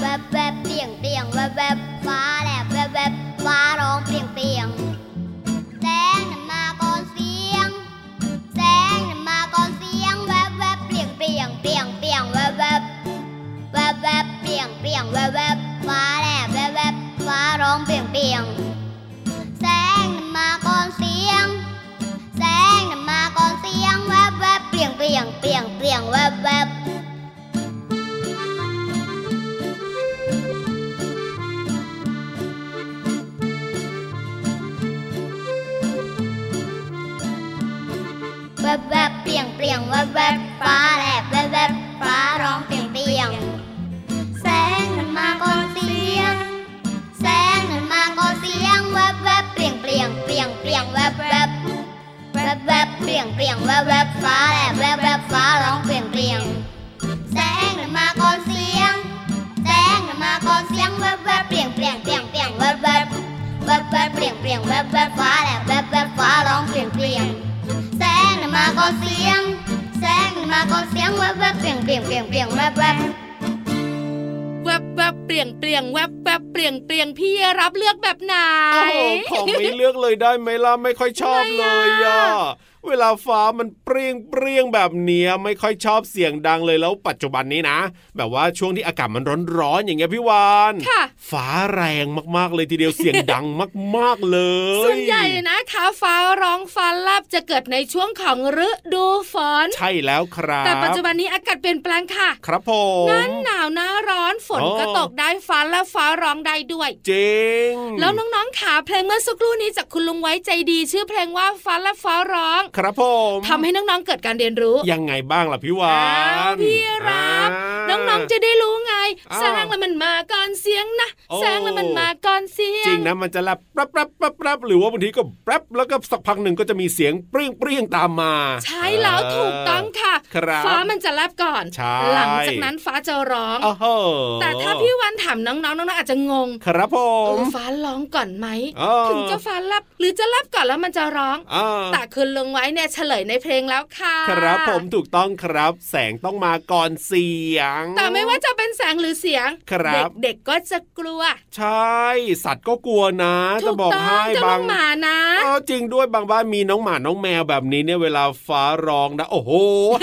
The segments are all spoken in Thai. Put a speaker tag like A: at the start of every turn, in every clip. A: แวบแวบเตียงเตียงแวบแวบฟ้าแลบแวบแวบฟ้าร้องเตียงเตียงแสงน่ะมาก่อนเสียง แสงน่ะมาก่อนเสียงแวบแวบเปลี่ยงเปลี่ยงเปลี่ยงเปลี่ยงแวบแวบแวบแวบเปลี่ยงเปลี่ยงแวบแวบฟ้าแลบแวบแวบฟ้าร้องเปลี่ยงเปลี่ยงแสงน่ะมาก่อนเสียง แสงน่ะมาก่อนเสียงแวบแวบเปลี่ยงเปลี่ยงเปลี่ยงเปลี่ยงแวบแวบ แวบแวบเปลี่ยงเปลี่ยงแวบแวบฟ้าแลบแวบแวบฟ้าร้องเปลี่ยงเปลี่ยงแสงนั้นมาก่อนเสียง แสงนั้นมาก่อนเสียงแวบแวบเปลี่ยงเปลี่ยงเปลี่ยงเปลี่ยงแวบแวบแวบแวบเปลี่ยงเปลี่ยงแวบแวบฟ้าแลบแวบแวบฟ้าร้องเปลี่ยงเปลี่ยงแสงนั้นมาก่อนเสียง แสงนั้นมาก่อนเสียงแวบแวบเปลี่ยงเปลี่ยงเปลี่ยงเปลี่ยงแวบแวบแวบแวบเปลี่ยงเปลี่ยงแวบแวบฟ้าแลบแวบแวบฟ้าร้องเปลี่ยงเปลี่ยง แสงน่ะมาก่อนเสียง แสงน่ะมาก่อนเสียงแวบแวบเปลี่ยงเปลี่ยงเปลี่ยงเปลี่ยงแวบแวบ
B: แวบแวบเปลี่ยงเปลี่ยงแวบแวบเปลี่ยงเปลี่ยงพี่รับเลือกแบบไหน
C: โอ้โหของไม่เลือกเลยได้ไหมล่ะไม่ค่อยชอบเลย
B: ทำไม
C: อ่ะ
B: อ่ะ
C: เวลาฟ้ามันเปรี้ยงเปรี้ยงแบบเนี้ยไม่ค่อยชอบเสียงดังเลยแล้วปัจจุบันนี้นะ แบบว่าช่วงที่อากาศมันร้อนๆอย่างเงี้ยพี่วาน
B: ค่ะ
C: ฟ้าแรงมากๆเลยทีเดียวเสียงดังมากๆเลย
B: ส่วนใหญ่นะคะฟ้าร้องฟ้าแลบจะเกิดในช่วงของฤดูฝน
C: ใช่แล้วครับ
B: แต่ปัจจุบันนี้อากาศเปลี่ยนแปลงค่ะ
C: ครับผม
B: หน้าหนาวหน้าร้อนฝน
C: อ๋อ
B: ก็ตกได้ฟ้าและฟ้าร้องได้ด้วย
C: จริง
B: แล้วน้องๆขาเพลงเมื่อสักครู่นี้จากคุณลุงไว้ใจดี ชื่อเพลงว่าฟ้าและฟ้าร้อง
C: ครับผม
B: ทำให้น้องๆเกิดการเรียนรู้
C: ยังไงบ้างล่ะพี่วา
B: อ้านวพี่รับ
C: อ่า
B: น้องๆจะได้รู้ไง
C: อ้าว
B: แสงแล้วมันมาก่อนเสียงนะ
C: โอ้
B: แสงแล้วมันมาก่อนเสียง
C: จริงนะมันจะแลบแป๊บแป๊บแป๊บแป๊บหรือว่าบางทีก็แป๊บแล้วก็สักพักหนึ่งก็จะมีเสียงเปรี้ยงเปรี้ยงตามมา
B: ใช่แล้วถูกต้องค่ะ
C: ครับ
B: ฟ้ามันจะแลบก่อน
C: ใช่
B: หลังจากนั้นฟ้าจะร้อง
C: โอ้โห
B: แต่ถ้าพี่วันถามน้องๆน้องๆอาจจะงง
C: ครับผ
B: เอ
C: ม
B: อฟ้าร้องก่อนไหม
C: อ๋อ
B: ถึงจะฟ้าแลบหรือจะแลบก่อนแล้วมันจะร้อง
C: อ่า
B: แต่คืนลงไว้เนี่ยเฉลยในเพลงแล้วค่ะ
C: ครับผมถูกต้องครับ แสงต้องมาก่อนเสียง
B: แต่ไม่ว่าจะเป็นแสงหรือเสียง
C: ครับ
B: เด็กๆก็จะกลัว
C: ใช่ สัตว์ก็กลัวนะ จะ
B: ถูก
C: บอก
B: ต้อง
C: ให้
B: เจะ
C: บา
B: น้อง งหมานะ
C: เออจริงด้วยบางบ้านมีน้องหมาน้องแมวแบบนี้เนี่ยเวลาฟ้าร้องนะโอ้โห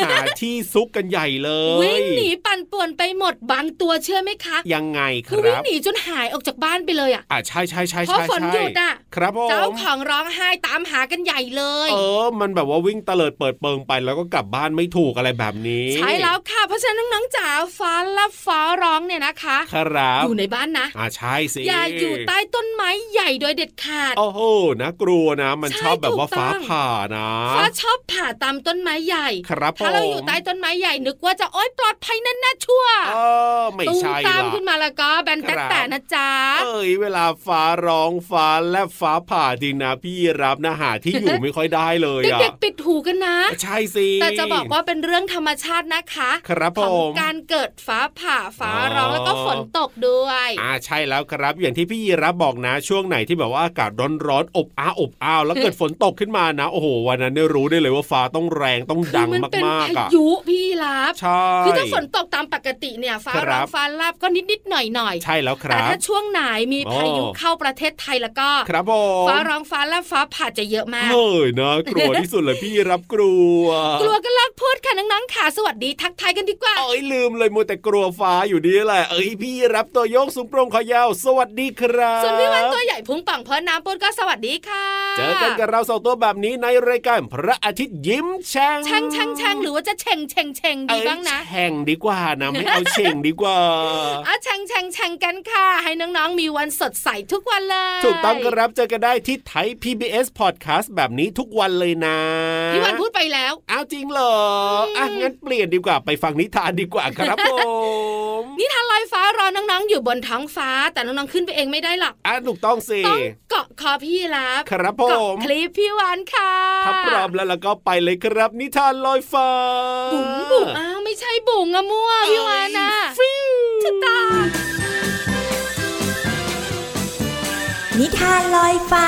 C: หาที่ซุกกันใหญ่เลย
B: วิ่งหนีปั่นป่วนไปหมดบางตัวเชื่อไหมคะ
C: ยังไงค
B: คือวิ่
C: รั
B: ง
C: บ
B: หนีจนหายออกจากบ้านไปเลยอ่ะ
C: อ่าใช่ใช่ใช่
B: เพ
C: ใช่
B: ราะฝนหยุดอะ
C: ครับผม
B: เจ้าของร้องไห้ตามหากันใหญ่เลย
C: เออ มันแบบว่าวิ่งเตลิดเปิดเปิงไปแล้วก็กลับบ้านไม่ถูกอะไรแบบนี้
B: ใช่แล้วค่ะ เพราะฉะนั้นน้องๆจ๋าฟ้าและฟ้าร้องเนี่ยนะคะ
C: ครับ
B: อยู่ในบ้านนะ
C: อ่าใช่สิ
B: อย่าอยู่ใต้ต้นไม้ใหญ่โดยเด็ดขาด
C: โอ้โหนะกลัวนะ มัน
B: ใช่
C: ชอบแบบว่า
B: ถูกต้อง
C: ฟ้าผ่านะ
B: ฟ้าชอบผ่าตามต้นไม้ใหญ่
C: ครับ
B: ถ้าเราอยู่ใต้ต้นไม้ใหญ่นึกว่าจะโอ๊ยปลอดภัยนั่นนะชั่ว
C: เออไม่
B: ตูม
C: ใช่
B: ตาม
C: ล่ะ
B: ขึ้นมาแล้วก็แบน
C: ครั
B: แต่
C: บ
B: แต่นะจ๊ะ
C: เอ้ยเวลาฟ้าร้องฟ้าและฟ้าผ่าจริงนะพี่รับนะหาที่อยู่ ไม่ค่อยได้เลยอ่ะ
B: เด็กๆปิดหูกันนะ
C: ใช่สิ
B: แต่จะบอกว่าเป็นเรื่องธรรมชาตินะคะ
C: ครับ
B: ข
C: ผ
B: อง
C: ม
B: การเกิดฟ้าผ่าฟ้า
C: อ๋อ
B: ร้องแล้วก็ฝนตกด้วย
C: อ่าใช่แล้วครับอย่างที่พี่ยีรับบอกนะ ช่วงไหนที่แบบว่าอากาศร้อนร้อนๆอบอ้าวอบอ้าวแล้วเกิดฝนตกขึ้นมานะโอ้โหวันนั้นเนี่ยรู้ได้เลยว่าฟ้าต้องแรงต้อง
B: คื
C: ดั
B: อง มันเป็น
C: มาก
B: พา
C: ๆอ่ะ
B: ยุพี่รับ
C: ใช่
B: คือถ้าฝนตกตามปกติเนี่ยฟ้า
C: ครั
B: ร้อบ งฟ้าแลบก็นิดนิดๆหน่อยหน่อยๆ
C: ใช่แล้วค
B: แต่
C: รับ
B: ถ้าช่วงไหนมีพายุ
C: อ๋อ
B: เข้าประเทศไทยแล้วก็
C: ครับผม
B: ฟ้าร้องฟ้าแลบฟ้าผ่าจะเยอะมาก
C: เฮ้ยนะกลัวที่สุดเลยพี่ยีรับกลัว
B: กลัวก็เลิกพูดค่ะน้องๆค่ะสวัสดีทักทายกันดีกว่า
C: เอ้ยลืมเลยมัวแต่กลัวฟ้าอยู่ดีแหละเอ้ยพี่ยีรับตัวโยกสูงโปร่งคอยาวสวัสดีครับ
B: ส่วนพี่วันตัวใหญ่พุงปังเพอน้ำปนก็สวัสดีค่ะ
C: เจอกันกับเราสองตัวแบบนี้ในรายการพระอาทิตย์ยิ้มแฉ่ง
B: ช่างช่างช่างหรือว่าจะเชงเชงเชงดีบ้างนะ
C: เอ้ยแข่งดีกว่านะไม่เอาเชงดีกว่า
B: อ่ะแชงแชงแชงกันค่ะ ให้น้องๆมีวันสดใสทุกวันเลย
C: ถูกต้องครับเจอกันได้ที่ไทย PBS Podcast แบบนี้ทุกวันเลยนะ
B: พี่วันพูดไปแล้ว
C: อ้าวจริงเหรออ่ะงั้นเปลี่ยนดีกว่าไปฟังนิ นิทานดีกว่าครับผม
B: นิทานลอยฟ้ารอน้องๆ อยู่บนท้องฟ้า แต่น้องๆ ขึ้นไปเองไม่ได้หรอก
C: อ่ะถูกต้องสิ
B: ต้องเกาะคอพี่รับ
C: ครับผ
B: เกาะ
C: ม
B: คลิปพี่วานค่ะ
C: ถ้าพร้อมแล้วแล้วก็ไปเลยครับ นิทานลอยฟ้า
B: บุ๋งบุ๋งอ้าวไม่ใช่บุ๋งอะมั่วพี่วานอะฟิวถูกต้อง
D: นิทานลอยฟ้า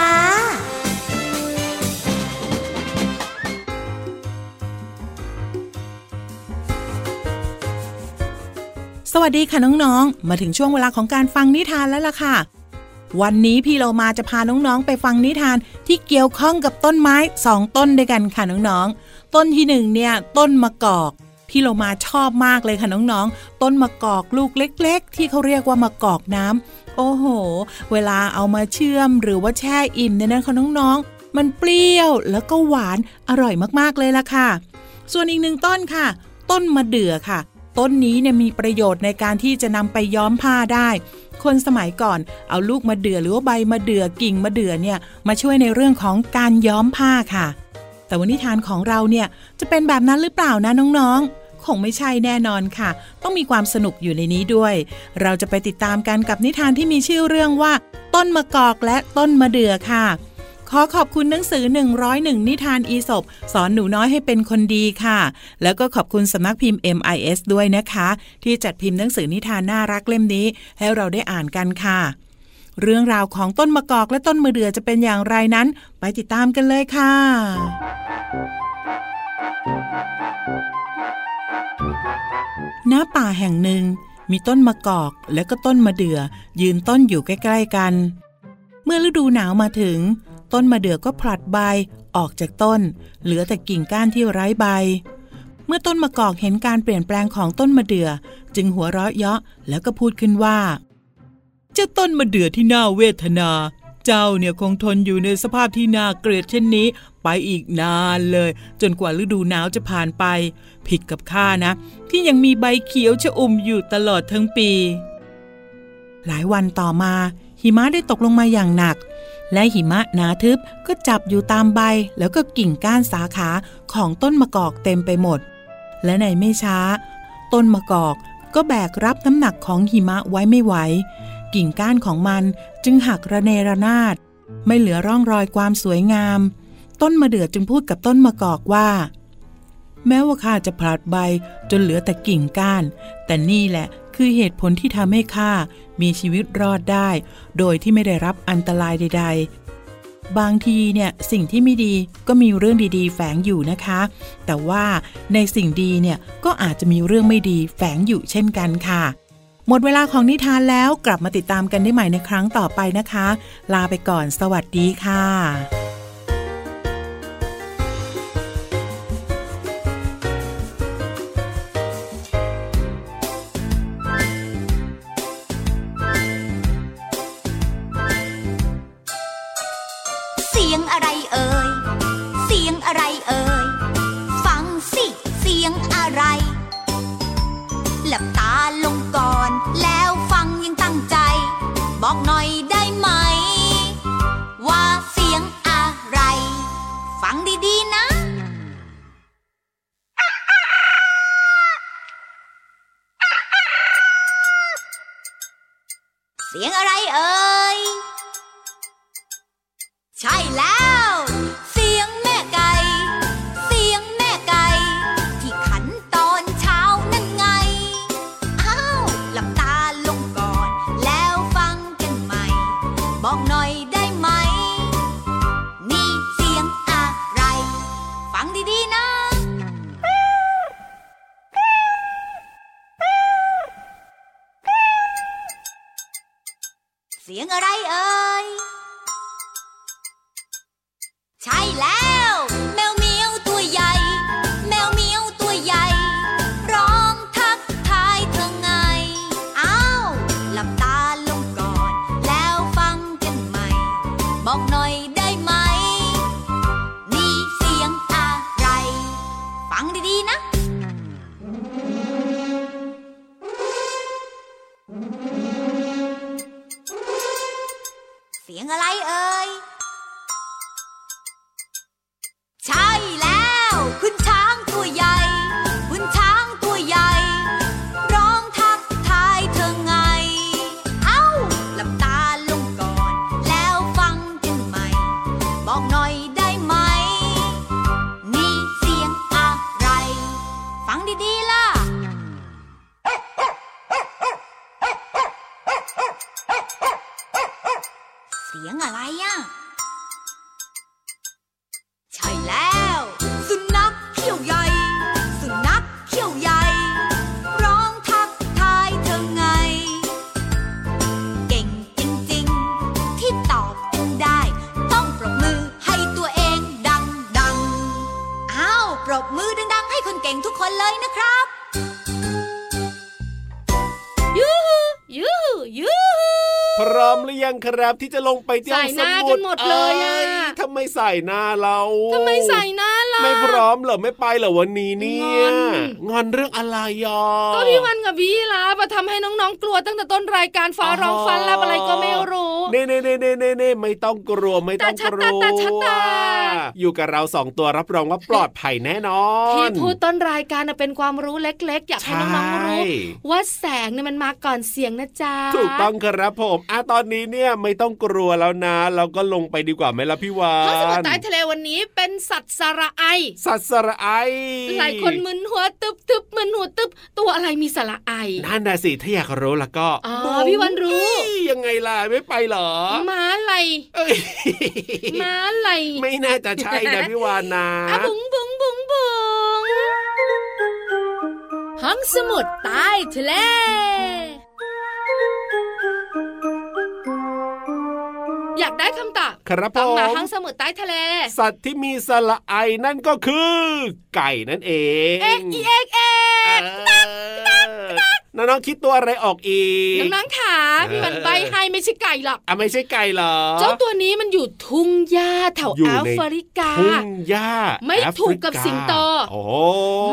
E: สวัสดีค่ะน้องๆ มาถึงช่วงเวลาของการฟังนิทานแล้วล่ะค่ะ วันนี้พี่เรามาจะพาน้องๆ ไปฟังนิทานที่เกี่ยวข้องกับต้นไม้สองต้นด้วยกันค่ะน้องๆ ต้นที่หนึ่งเนี่ยต้นมะกอก พี่เรามาชอบมากเลยค่ะน้องๆ ต้นมะกอกลูกเล็ก ๆ ที่เขาเรียกว่ามะกอกน้ำโอ้โห เวลาเอามาเชื่อมหรือว่าแช่อิ่มเนี่ยนะคะน้องๆ มันเปรี้ยวแล้วก็หวานอร่อยมากๆเลยล่ะค่ะ ส่วนอีกหนึ่งต้นค่ะ ต้นมะเดื่อค่ะ ต้นนี้เนี่ยมีประโยชน์ในการที่จะนำไปย้อมผ้าได้ คนสมัยก่อนเอาลูกมะเดื่อหรือว่าใบมะเดื่อกิ่งมะเดื่อเนี่ยมาช่วยในเรื่องของการย้อมผ้าค่ะ แต่วันนิทานของเราเนี่ยจะเป็นแบบนั้นหรือเปล่านะน้องๆ คงไม่ใช่แน่นอนค่ะ ต้องมีความสนุกอยู่ในนี้ด้วย เราจะไปติดตามกันกับนิทานที่มีชื่อเรื่องว่า ต้นมะกอกและต้นมะเดื่อค่ะ ขอขอบคุณหนังสือ 101 นิทานอีสบสอนหนูน้อยให้เป็นคนดีค่ะ แล้วก็ขอบคุณสำนักพิมพ์ MIS ด้วยนะคะ ที่จัดพิมพ์หนังสือนิทานน่ารักเล่มนี้ ให้เราได้อ่านกันค่ะ เรื่องราวของต้นมะกอกและต้นมะเดื่อจะเป็นอย่างไรนั้น ไปติดตามกันเลยค่ะ ณป่าแห่งหนึ่ง มีต้นมะกอกและก็ต้นมะเดื่อ ยืนต้นอยู่ใกล้ๆกัน เมื่อฤดูหนาวมาถึง ต้นมะเดื่อก็ผลัดใบออกจากต้น เหลือแต่กิ่งก้านที่ไร้ใบ เมื่อต้นมะกอกเห็นการเปลี่ยนแปลงของต้นมะเดื่อ จึงหัวเราะเยาะแล้วก็พูดขึ้นว่า เจ้าต้นมะเดื่อที่น่าเวทนา เจ้าเนี่ยคงทนอยู่ในสภาพที่น่าเกลียดเช่นนี้ ไปอีกนานเลย จนกว่าฤดูหนาวจะผ่านไป ผิดกับข้านะ ที่ยังมีใบเขียวชอุ่มอยู่ตลอดทั้งปี หลายวันต่อมา หิมะได้ตกลงมาอย่างหนัก และหิมะหนาทึบก็จับอยู่ตามใบ แล้วก็กิ่งก้านสาขาของต้นมะกอกเต็มไปหมด และในไม่ช้า ต้นมะกอกก็แบกรับน้ำหนักของหิมะไว้ไม่ไหว กิ่งก้านของมันจึงหักระเนระนาด ไม่เหลือร่องรอยความสวยงาม ต้นมะเดื่อจึงพูดกับต้นมะกอกว่า แม้ว่าข้าจะผลัดใบจนเหลือแต่กิ่งก้าน แต่นี่แหละคือเหตุผลที่ทำให้ข้ามีชีวิตรอดได้ โดยที่ไม่ได้รับอันตรายใด ๆ บางทีเนี่ยสิ่งที่ไม่ดีก็มีเรื่องดีๆ แฝงอยู่นะคะ แต่ว่าในสิ่งดีเนี่ยก็อาจจะมีเรื่องไม่ดีแฝงอยู่เช่นกันค่ะ หมดเวลาของนิทานแล้วกลับมาติดตามกันได้ใหม่ในครั้งต่อไปนะคะ ลาไปก่อนสวัสดีค่ะ
F: เสียงอะไรเอ่ย เสียงอะไรเอ่ย ฟังสิเสียงอะไร หลับตาลงก่อน แล้วฟังอยังตั้งใจ บอกหน่อยได้ไหม ว่าเสียงอะไร ฟังดีๆนะ เสียงอะไรเอ่ย ใช่แล้ว เสียงแม่ไก่ เสียงแม่ไก่ ที่ขันตอนเช้านั่นไง อ้าวหลับตาลงก่อน แล้วฟังกันใหม่ บอกหน่อยได้ไหม นี่เสียงอะไร ฟังดีๆนะ เสียงอะไรเอ่ย ใช่แล้ว แมวเหมียวตัวใหญ่ แมวเหมียวตัวใหญ่ ร้องทักทายเธอไง อ้าวหลับตาลงก่อน แล้วฟังกันใหม่ บอกหน่อยได้ไหม นี่เสียงอะไร ฟังดีๆนะ เสียงอะไรเอ่ย ใช่แล้ว คุณช้างตัวใหญ่ คุณช้างตัวใหญ่ สียงอะไรอ่ะ ใช่แล้ว สุนัขเขี้ยวใหญ่ สุนัขเขี้ยวใหญ่ ร้องทักทายเธอไง เก่งจริงๆ ที่ตอบจนได้ ต้องปรบมือให้ตัวเองดังๆ อ้าว ปรบมือดังๆ ให้คนเก่งทุกคนเลยนะครับ
B: ยูฮูยูฮูยูฮู
C: พร้อมหรือยังครับที่จะลงไปเที่ยว
B: ใส่ห
C: ส
B: น้า
C: มุ
B: กั
C: ทร
B: นหมดเลยอะ
C: อ้ทำไมใส่หน้าเรา
B: ทำไมใส่หน้าล่ะ
C: ไม่พร้อมเหรอไม่ไปเหรอวันนี้เนี่ย
B: งอน
C: งอนเรื่องอะไรยอ
B: ก็พี่วันกับพี่ลาบอะทำให้น้องๆกลัวตั้งแต่ต้นรายการฟ้าร้องฟ้าลับอะไรก็ไม่รู้
C: เน่เน่เน่เน่เน่เน่ไม่ต้องกลัวไม่ต้องกลัว
B: ตาชัดตาตาชัดตา
C: อยู่กับเราสองตัวรับรองว่าปลอดภัยแน่นอน
B: ที่พูดต้นรายการน่ะเป็นความรู้เล็ก ๆ อยากให้น้องๆรู้
C: ใช่
B: ว่าแสงเนี่ยมันมาก่อนเสียงนะจ๊ะ
C: ถูกต้องครับผมอ่ะตอนนี้เนี่ยไม่ต้องกลัวแล้วนะ เราก็ลงไปดีกว่าไหมล่ะพี่วา
B: ท้องสมุท
C: น
B: รใต้ทะเลวันนี้เป็นสัตว์สระไอ
C: สัตว์สระไอ
B: หลายคนมึนหัวตึบตึบมึนหัวตึบตัวอะไรมีสระไอ
C: นั่นนะสิถ้าอยากรู้แล้วก็
B: อ๋อพี่วันรู้
C: เอ้ยยังไงล่ะไม่ไปเหรอ
B: ม้าไหลาย
C: เอ้ย
B: ม้าไหลาย
C: ไม่น่าจะใช่นะพี่วานนะ
B: อะบุ๋งบุ๋งบุ๋งบุ๋งห้องสมุดใต้ทะเล อยากได้คำตอบ
C: ครับผ
B: ต้องมาห้อ
C: ม
B: งสมุดใต้ทะเล
C: สัตว์ที่มีสระไอนั่นก็คือ ไก่นั่นเอง
B: เอ๊ะอีเอ๊ะเอ๊
C: เอะอน้องๆคิดตัวอะไรออกอีก
B: น้องๆขาพี่วันใบให้ไม่ใช่ไก่หรอก
C: อ่ะไม่ใช่ไก่เหรอ
B: เจ้าตัวนี้มันอยู่ทุ่งหญ้าแถว
C: อยู่
B: แอ
C: ใน
B: ฟริกา
C: ทุ่งหญ้า
B: ไม่
C: แอฟริา
B: ถูกกับสิงโต
C: โอ้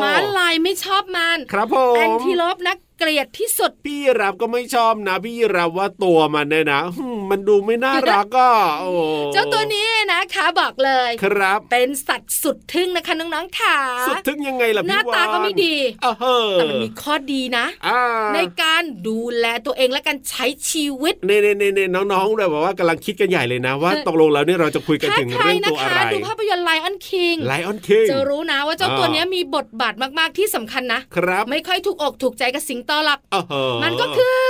B: ม้าลายไม่ชอบมัน
C: ครับผ
B: แอน
C: ม
B: ทิโลปนะเกลียดที่สุด
C: พี่รับก็ไม่ชอบนะ พี่รับว่าตัวมันเนี่ยนะหึ่มมันดูไม่น่ารักก็โอ้
B: เจ้าตัวนี้นะคะบอกเลย
C: ครับ
B: เป็นสัตว์สุดทึ่งนะคะน้องๆขา
C: สุดทึ่งยังไงล่ะ
B: ห
C: พี่
B: น้าว
C: าน
B: ตาก็ไม่ดี
C: อ่ะเฮ้อ
B: แต่มันมีข้อดีนะ
C: อ่า
B: ในการดูแลตัวเองและการใช้ชีวิต
C: เน่เน่เน่เน่น้องๆเลยบอกว่ากำลังคิดกันใหญ่เลยนะ ว่า
B: เออ
C: ตกลงแล้วเนี่ยเราจะคุยกัน
B: ถ้า
C: ถึง
B: ใคร
C: เรื่อง
B: นะ
C: ตัวอะ
B: คะ
C: ไร
B: ดูภาพยนตร์ไลออนคิง
C: ไลออนคิง
B: จะรู้นะว่าเจ้า
C: อ่า
B: ตัวเนี้ยมีบทบาทมากๆที่สำคัญนะ
C: ครับ
B: ไม่ค่อยถูกอกถูกใจกับสิงโตหรอก
C: อ้าวเหรอ
B: มันก็คือ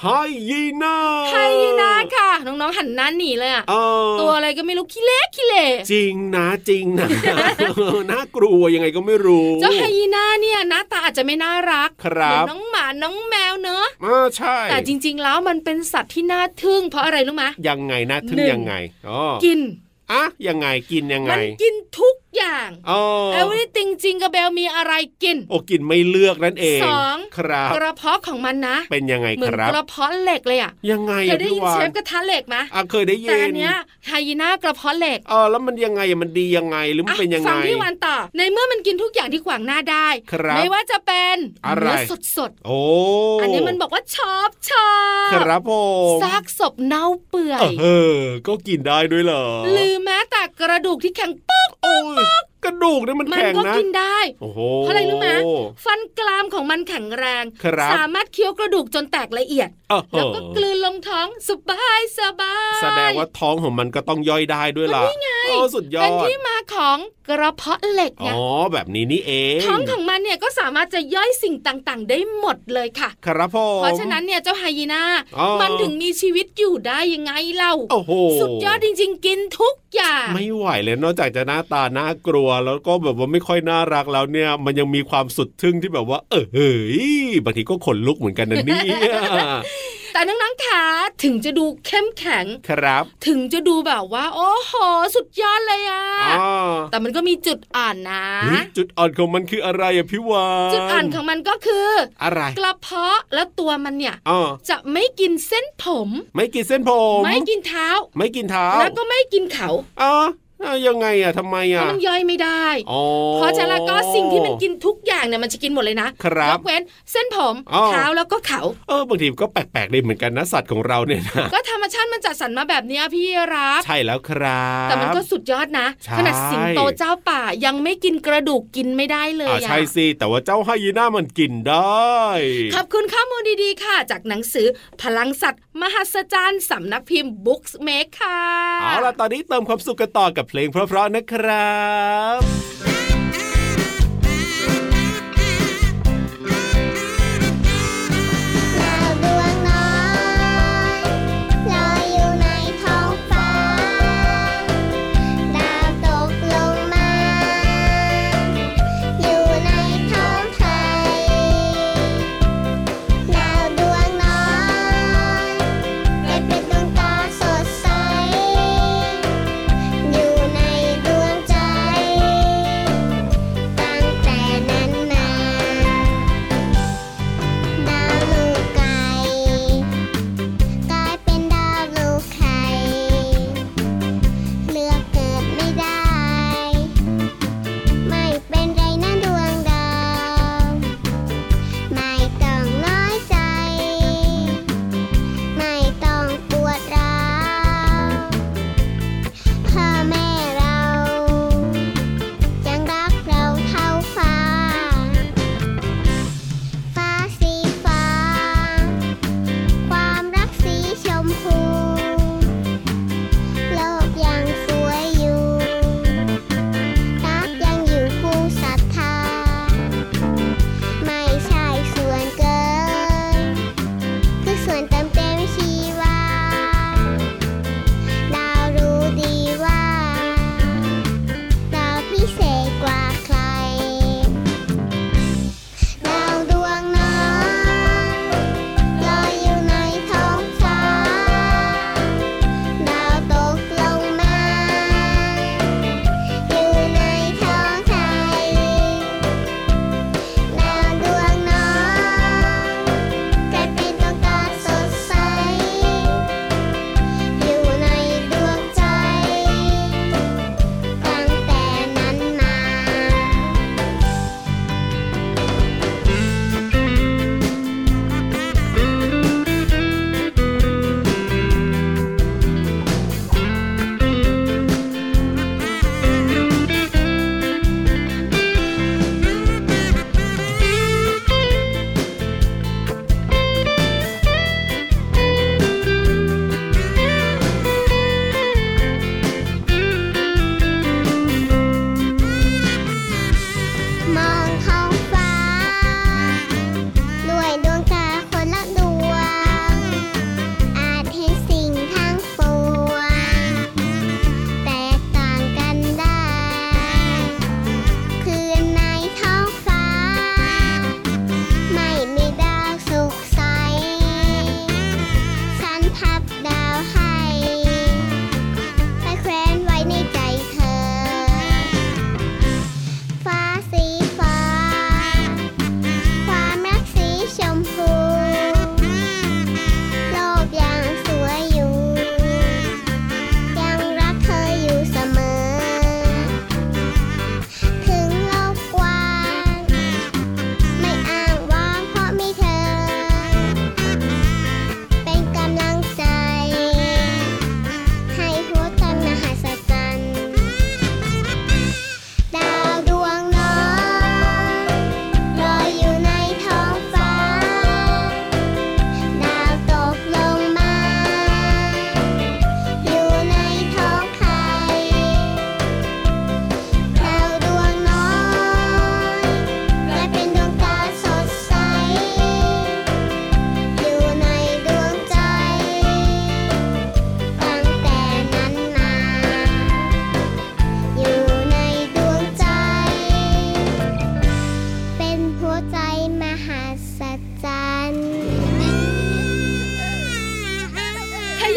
C: ไฮยีน่า
B: ไฮยีนาค่ะ น้องๆหันหน้าหนีเลยอะ
C: เออ
B: ตัวอะไรก็ไม่รู้ขี้เล็กขี้เหล่
C: จริงนะจริง นะ เออน่ากลัวยังไงก็ไม่รู้
B: เจ้าไฮยีนาเนี่ยหน้าตาอาจจะไม่น่ารัก
C: ครั
B: เหมือ
C: บ
B: นน้องหมาน้องแมวเนอะ
C: อ่าใช่
B: แต่จริง ๆ แล้วมันเป็นสัตว์ที่น่าทึ่งเพราะอะไรรู้ไหม
C: ยังไงนะถึ
B: ห
C: ง
B: นึ่ง
C: ยังไงอ๋อ
B: กิน
C: อ่ะยังไงกินยังไง
B: มักินทุกอย่าง
C: เอ๋อ
B: เอวริติงจิงกระเบลมีอะไรกิน
C: โอ้กินไม่เลือกนั่นเอง
B: สอง
C: ครับ
B: กระเพาะของมันนะ
C: เป็นยังไง
B: เหมื
C: คนรับ
B: กระเพาะเหล็กเลยอะ
C: ยังไง
B: เค
C: อะ
B: ยได้
C: พี่
B: ยิน
C: วา
B: เช
C: น
B: ฟกระทะเหล็กไหม
C: อ่ะเคยได้ยิน
B: แต่อันเนี้ยไฮยีน่ากระเพาะเหล็ก
C: เออแล้วมันยังไงอะมันดียังไงหรือมันเป็นยัง
B: ฟั
C: ไง
B: งพี่วันต่อ ในเมื่อมันกินทุกอย่างที่ขวางหน้าได้
C: ครับ
B: ไม่ว่าจะเป็น
C: อะไร
B: เนื้อสดสด
C: โอ้
B: ๆ
C: อั
B: อันนี้มันบอกว่าชอบชอบ
C: ครับผม
B: ซากศพเน่าเปื่อย
C: เออก็กินได้ด้วยเหรอ
B: หรือแม้แต่กระดูกที่แข็งป๊อก
C: โอ้ยกระดูกเนี่ยมัน
B: มัน
C: แข็ง
B: ก็
C: นะ
B: กินได้
C: โอ้โห
B: เพราะอะไรรู้ไหมฟันกรามของมันแข็งแรง
C: ครับ
B: สามารถเคี้ยวกระดูกจนแตกละเอียด
C: เออ
B: แล้วก็กลืนลงท้องสบายสบาย
C: แสดงว่าท้องของมันก็ต้องย่อยได้ด้วยล่ะโอ้สุดยอ
B: เป็น
C: ด
B: ที่มาของกระเพาะเหล็กไง
C: อ๋อแบบนี้นี่เอง
B: ท้องของมันเนี่ยก็สามารถจะย่อยสิ่งต่างๆ ได้หมดเลยค่ะ
C: ครับผม
B: เพราะฉะนั้นเนี่ยเจ้าไฮยีน่า
C: อ๋อ
B: มันถึงมีชีวิตอยู่ได้ยังไงเล่า
C: โอ้โห
B: สุดยอดจริงๆ กินทุกอย่าง
C: ไม่ไหวเลยนอกจากจะหน้าตาน่ากลัว แล้วก็แบบว่าไม่ค่อยน่ารักแล้วเนี่ย มันยังมีความสุดทึ่งที่แบบว่า เออเฮ้ยบางทีก็ขนลุกเหมือนกันนะเนี่ย
B: แต่น้องๆขาถึงจะดูเข้มแข็ง
C: ครับ
B: ถึงจะดูแบบว่า โอ้โห สุดยอดเลยอะ
C: อ๋อ
B: แต่มันก็มีจุดอ่อนนะ
C: เฮ้ยจุดอ่อนของมันคืออะไรอะพี่วาน
B: จุดอ่อนของมันก็คือ
C: อะไร
B: กระเพาะแล้วตัวมันเนี่ย
C: อ๋อ
B: จะไม่กินเส้นผม
C: ไม่กินเส้นผม
B: ไม่กินเท้า
C: ไม่กินเท้า
B: แล้วก็ไม่กินเขา
C: อ๋ออ่ะยังไงอะทำไม
B: เพ
C: อะ
B: ราะมันย่อยไม่ได้
C: อ๋อ
B: เพราะฉะนั้นแล้วก็สิ่งที่มันกินทุกอย่างเนี่ยมันจะกินหมดเลยนะครับ ยกเว้นเส้นผม
C: อ้าว
B: เท้าแล้วก็เขา
C: เออบางทีก็แปลกๆดีเหมือนกันนะสัตว์ของเราเนี่ยนะ
B: ก็ธรรมชาติมันจัดสรรมาแบบเนี้ยพี่รับ
C: ใช่แล้วครับ
B: แต่มันก็สุดยอดนะ
C: ใช่
B: ขนาดสิงโตเจ้าป่ายังไม่กินกระดูกกินไม่ได้เลย
C: อ่า
B: อะ
C: ใช่สิแต่ว่าเจ้าไฮยีน่ามันกินได้
B: ขอบคุณข้อมูลดีๆค่ะ จากหนังสือพลังสัตว์ มหัศจรรย์สำนักพิมพ์ Books Make ค่ะ
C: เอาล่ะตอนนี้เติมความสุขกันต่อกับเพลงเพราะๆนะครับ
A: ดาวดวงน้อยลอยอยู่ในท้องฟ้า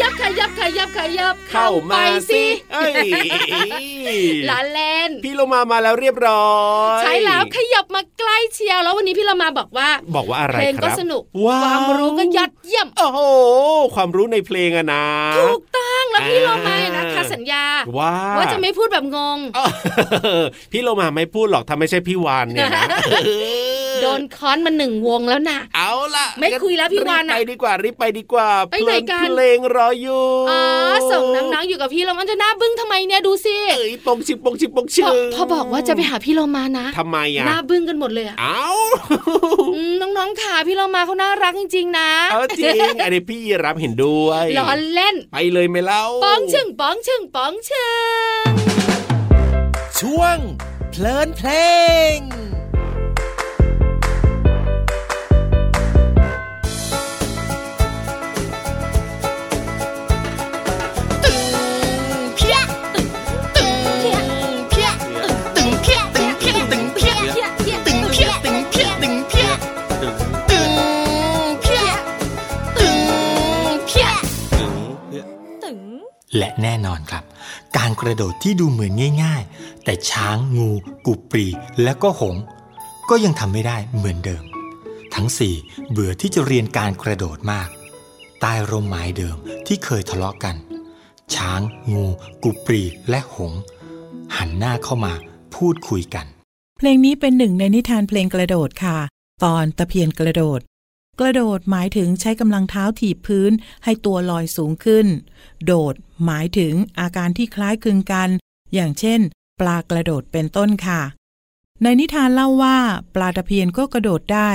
B: ยับขยับขยับ
C: เข้า
B: ไป
C: มา
B: สิ
C: เอ้ย
B: ล้อเล่น
C: พี่โลมามาแล้วเรียบร้อย
B: ใช่แล้วขยับมาใกล้เชียว แล้ววันนี้พี่เรามาบอกว่า
C: บอกว่าอะไร
B: เพลง
C: ค
B: ก็
C: รับ
B: สนุก
C: ว้า
B: ค
C: ว
B: วามรู้ก็ยอดเยี่ยม
C: โอ้โห ความรู้ในเพลงอะนะ
B: ถูกต้องแล้วพี่เรามานะคะ
C: อ่า
B: สัญญา
C: ว่า
B: ว่าจะไม่พูดแบบงง
C: เออ พี่โลมาไม่พูดหรอกถ้าไม่ใช่พี่วานเนี่ยนะ
B: โดนค้อนมาหนึ่งวงแล้วนะ
C: เอาล่ะ
B: ไม่คุยแล้วพี่วาน
C: รีบ
B: อะ
C: ไปดีกว่ารีบไปดีกว่า
B: ไปไหนกัน
C: เพลงรออยู่
B: อ๋อส่งน้องๆอยู่กับพี่เรามันจะน่าบึ้งทำไมเนี่ยดูสิ
C: เอ้ยปงชิงปงชิงปงชิ
B: พ
C: ง
B: อพอบอกว่าจะไปหาพี่เรามานะ
C: ทำไมอ่ะ
B: หน้าบึ้งกันหมดเลยอะ
C: เอา
B: อืมน้องๆค่ะพี่เรามาเขาน่ารักจริงๆนะ
C: เอาจริง อันนี้พี่รับเห็นด้วย
B: ล้อเล่น
C: ไปเลยไหมเล่า
B: ป้องชึ่งป้องชึ่งป้องชึ่ง
G: ช่วง เพลินเพลง
F: ตึง
H: และแน่นอนครับ การกระโดดที่ดูเหมือนง่าย ๆ แต่ช้างงู กุปรี และก็หงส์ก็ยังทำไม่ได้เหมือนเดิม ทั้งสี่เบื่อที่จะเรียนการกระโดดมาก ใต้ร่มไม้เดิมที่เคยทะเลาะกัน ช้าง งู กุปรีและหงส์หันหน้าเข้ามาพูดคุยกัน
E: เพลงนี้เป็นหนึ่งในนิทานเพลงกระโดดค่ะ ตอนตะเพียนกระโดด กระโดดหมายถึงใช้กำลังเท้าถีบพื้นให้ตัวลอยสูงขึ้น โดดหมายถึงอาการที่คล้ายคลึงกัน อย่างเช่น ปลากระโดดเป็นต้นค่ะ ในนิทานเล่าว่า ปลาตะเพียนก็กระโดดได้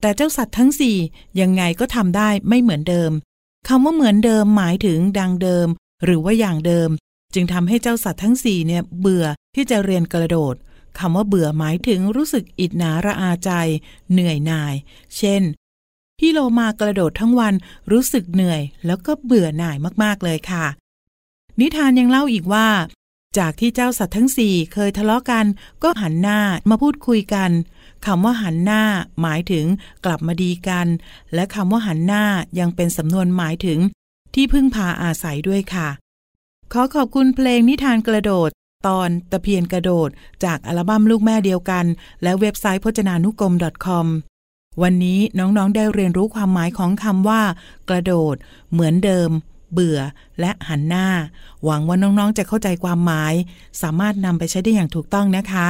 E: แต่เจ้าสัตว์ทั้งสี่ยังไงก็ทำได้ไม่เหมือนเดิมคำว่าเหมือนเดิมหมายถึงดังเดิม หรือว่าอย่างเดิม จึงทำให้เจ้าสัตว์ทั้งสี่เนี่ยเบื่อที่จะเรียนกระโดด คำว่าเบื่อหมายถึงรู้สึกอิดหนาระอาใจ เหนื่อยหน่าย เช่น พี่โลมากระโดดทั้งวันรู้สึกเหนื่อย แล้วก็เบื่อหน่ายมากๆเลยค่ะ นิทานยังเล่าอีกว่า จากที่เจ้าสัตว์ทั้งสี่เคยทะเลาะกัน ก็หันหน้ามาพูดคุยกันคำว่าหันหน้า หมายถึงกลับมาดีกัน และคำว่าหันหน้ายังเป็นสำนวนหมายถึง ที่พึ่งพาอาศัยด้วยค่ะ ขอขอบคุณเพลงนิทานกระโดด ตอนตะเพียนกระโดด จากอัลบั้มลูกแม่เดียวกัน และเว็บไซต์พจนานุกรม .com วันนี้น้องๆได้เรียนรู้ความหมายของคำว่า กระโดด เหมือนเดิม เบื่อ และหันหน้า หวังว่าน้องๆจะเข้าใจความหมาย สามารถนำไปใช้ได้อย่างถูกต้องนะคะ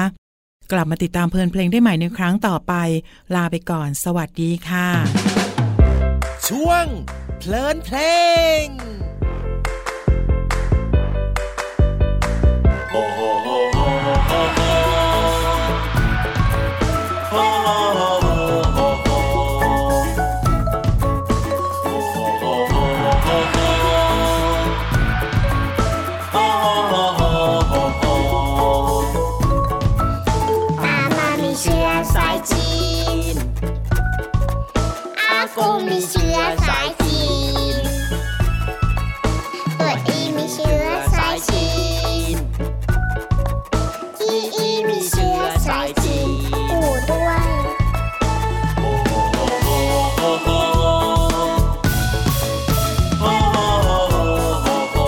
E: กลับมาติดตามเพลินเพลงได้ใหม่ในครั้งต่อไป ลาไปก่อน สวัสดีค่ะ
G: ช่วง เพลินเพลง
A: อามามีเชื้อสายจีน อากูมีเชื้อสายจีน ตัวอีมีเชื้อสายจีน อีอีมีเชื้อสายจีนปู่ด้วย
I: oh, oh.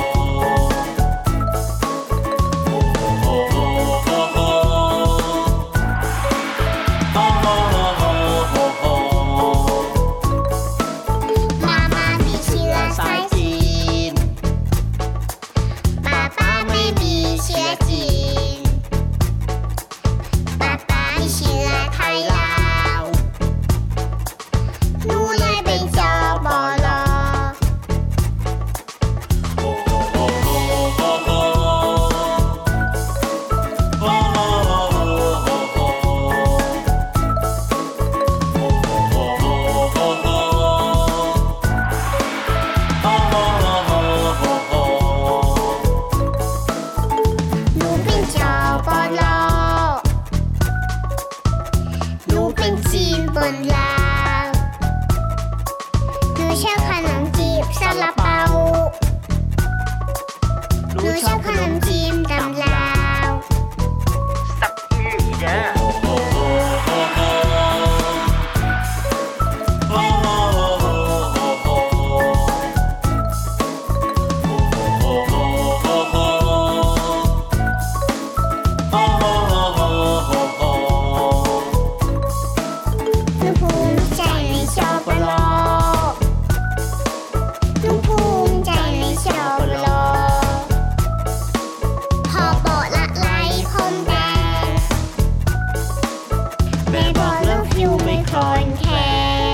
I: คนแค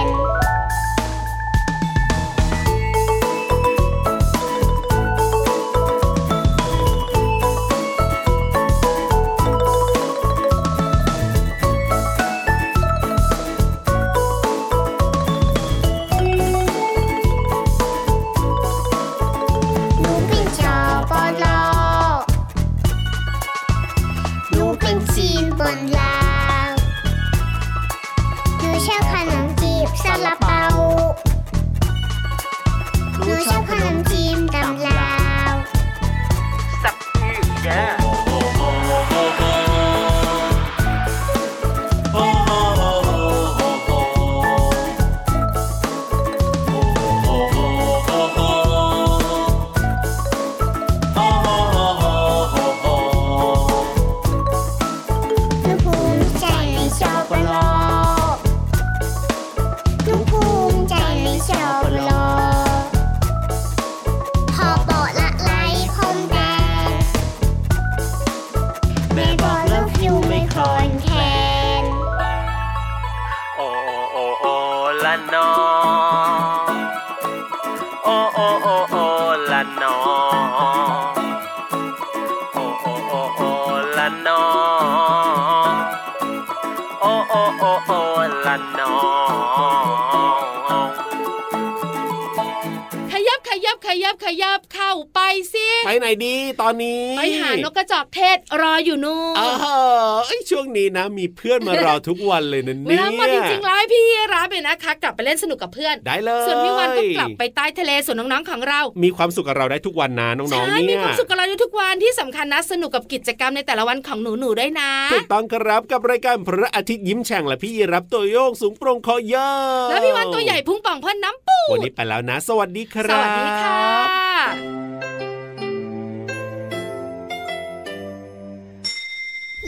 I: น หนูเป็นชาวบนโลกหนูเป็นจีนบนลาวหนูชอบขนมจีบซาลาเปาหนูชอบขนมจีนตำลาว หนูภูมิใจในชาวบนโลกหนูภูมิใจในชาวบนโลกพอโบกละไลพรมแดง แม่บอกเลิฟยูไม่คลอนแคน
J: โอโอโอละนอโอโอโอโอละนอโอโอโอโอละนอโอโอโอโอละนอ
B: ขยับขยับขยับขยับเข้าไปสิ
C: ไปไหนดีตอนนี้
B: ไปหานกกระจอกเทศรออยู่นู่น
C: เออเอ้ยช่วงนี้นะ มีเพื่อนมารอทุกวันเลยนะ
B: เว
C: เนี่ย
B: ลาหมดจริงๆแล้วให้พี่รับเลยนะคะ กลับไปเล่นสนุกกับเพื่อน
C: ได้เลย
B: ส่วนพี่วันก็กลับไปใต้ทะเลส่วนน้องๆของเรา
C: มีความสุขกับเราได้ทุกวันนะน้องๆ
B: ใช่
C: เนี่ย
B: มีความสุขกับเราอยู่ทุกวันที่สำคัญนะสนุกกับกิจกรรมในแต่ละวันของหนูๆด้วยนะ
C: ถูกต้องครับกับรายการพระอาทิตย์ยิ้มแฉ่งและพี่รับตัวโยงสูงโปรงคอเยอะ
B: แล้วพี่วันตัวใหญ่พุ่งป่องพ่นน้ำปู
C: วัน
B: ด
C: นี้ไปแล้วนะ สวัสดีค
B: ส
C: รับ
B: วัสดีค่ะ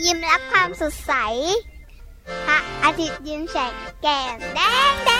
I: ยิ้มรับความสดใส พระอาทิตย์ยิ้มแฉกแก้มแดงแดง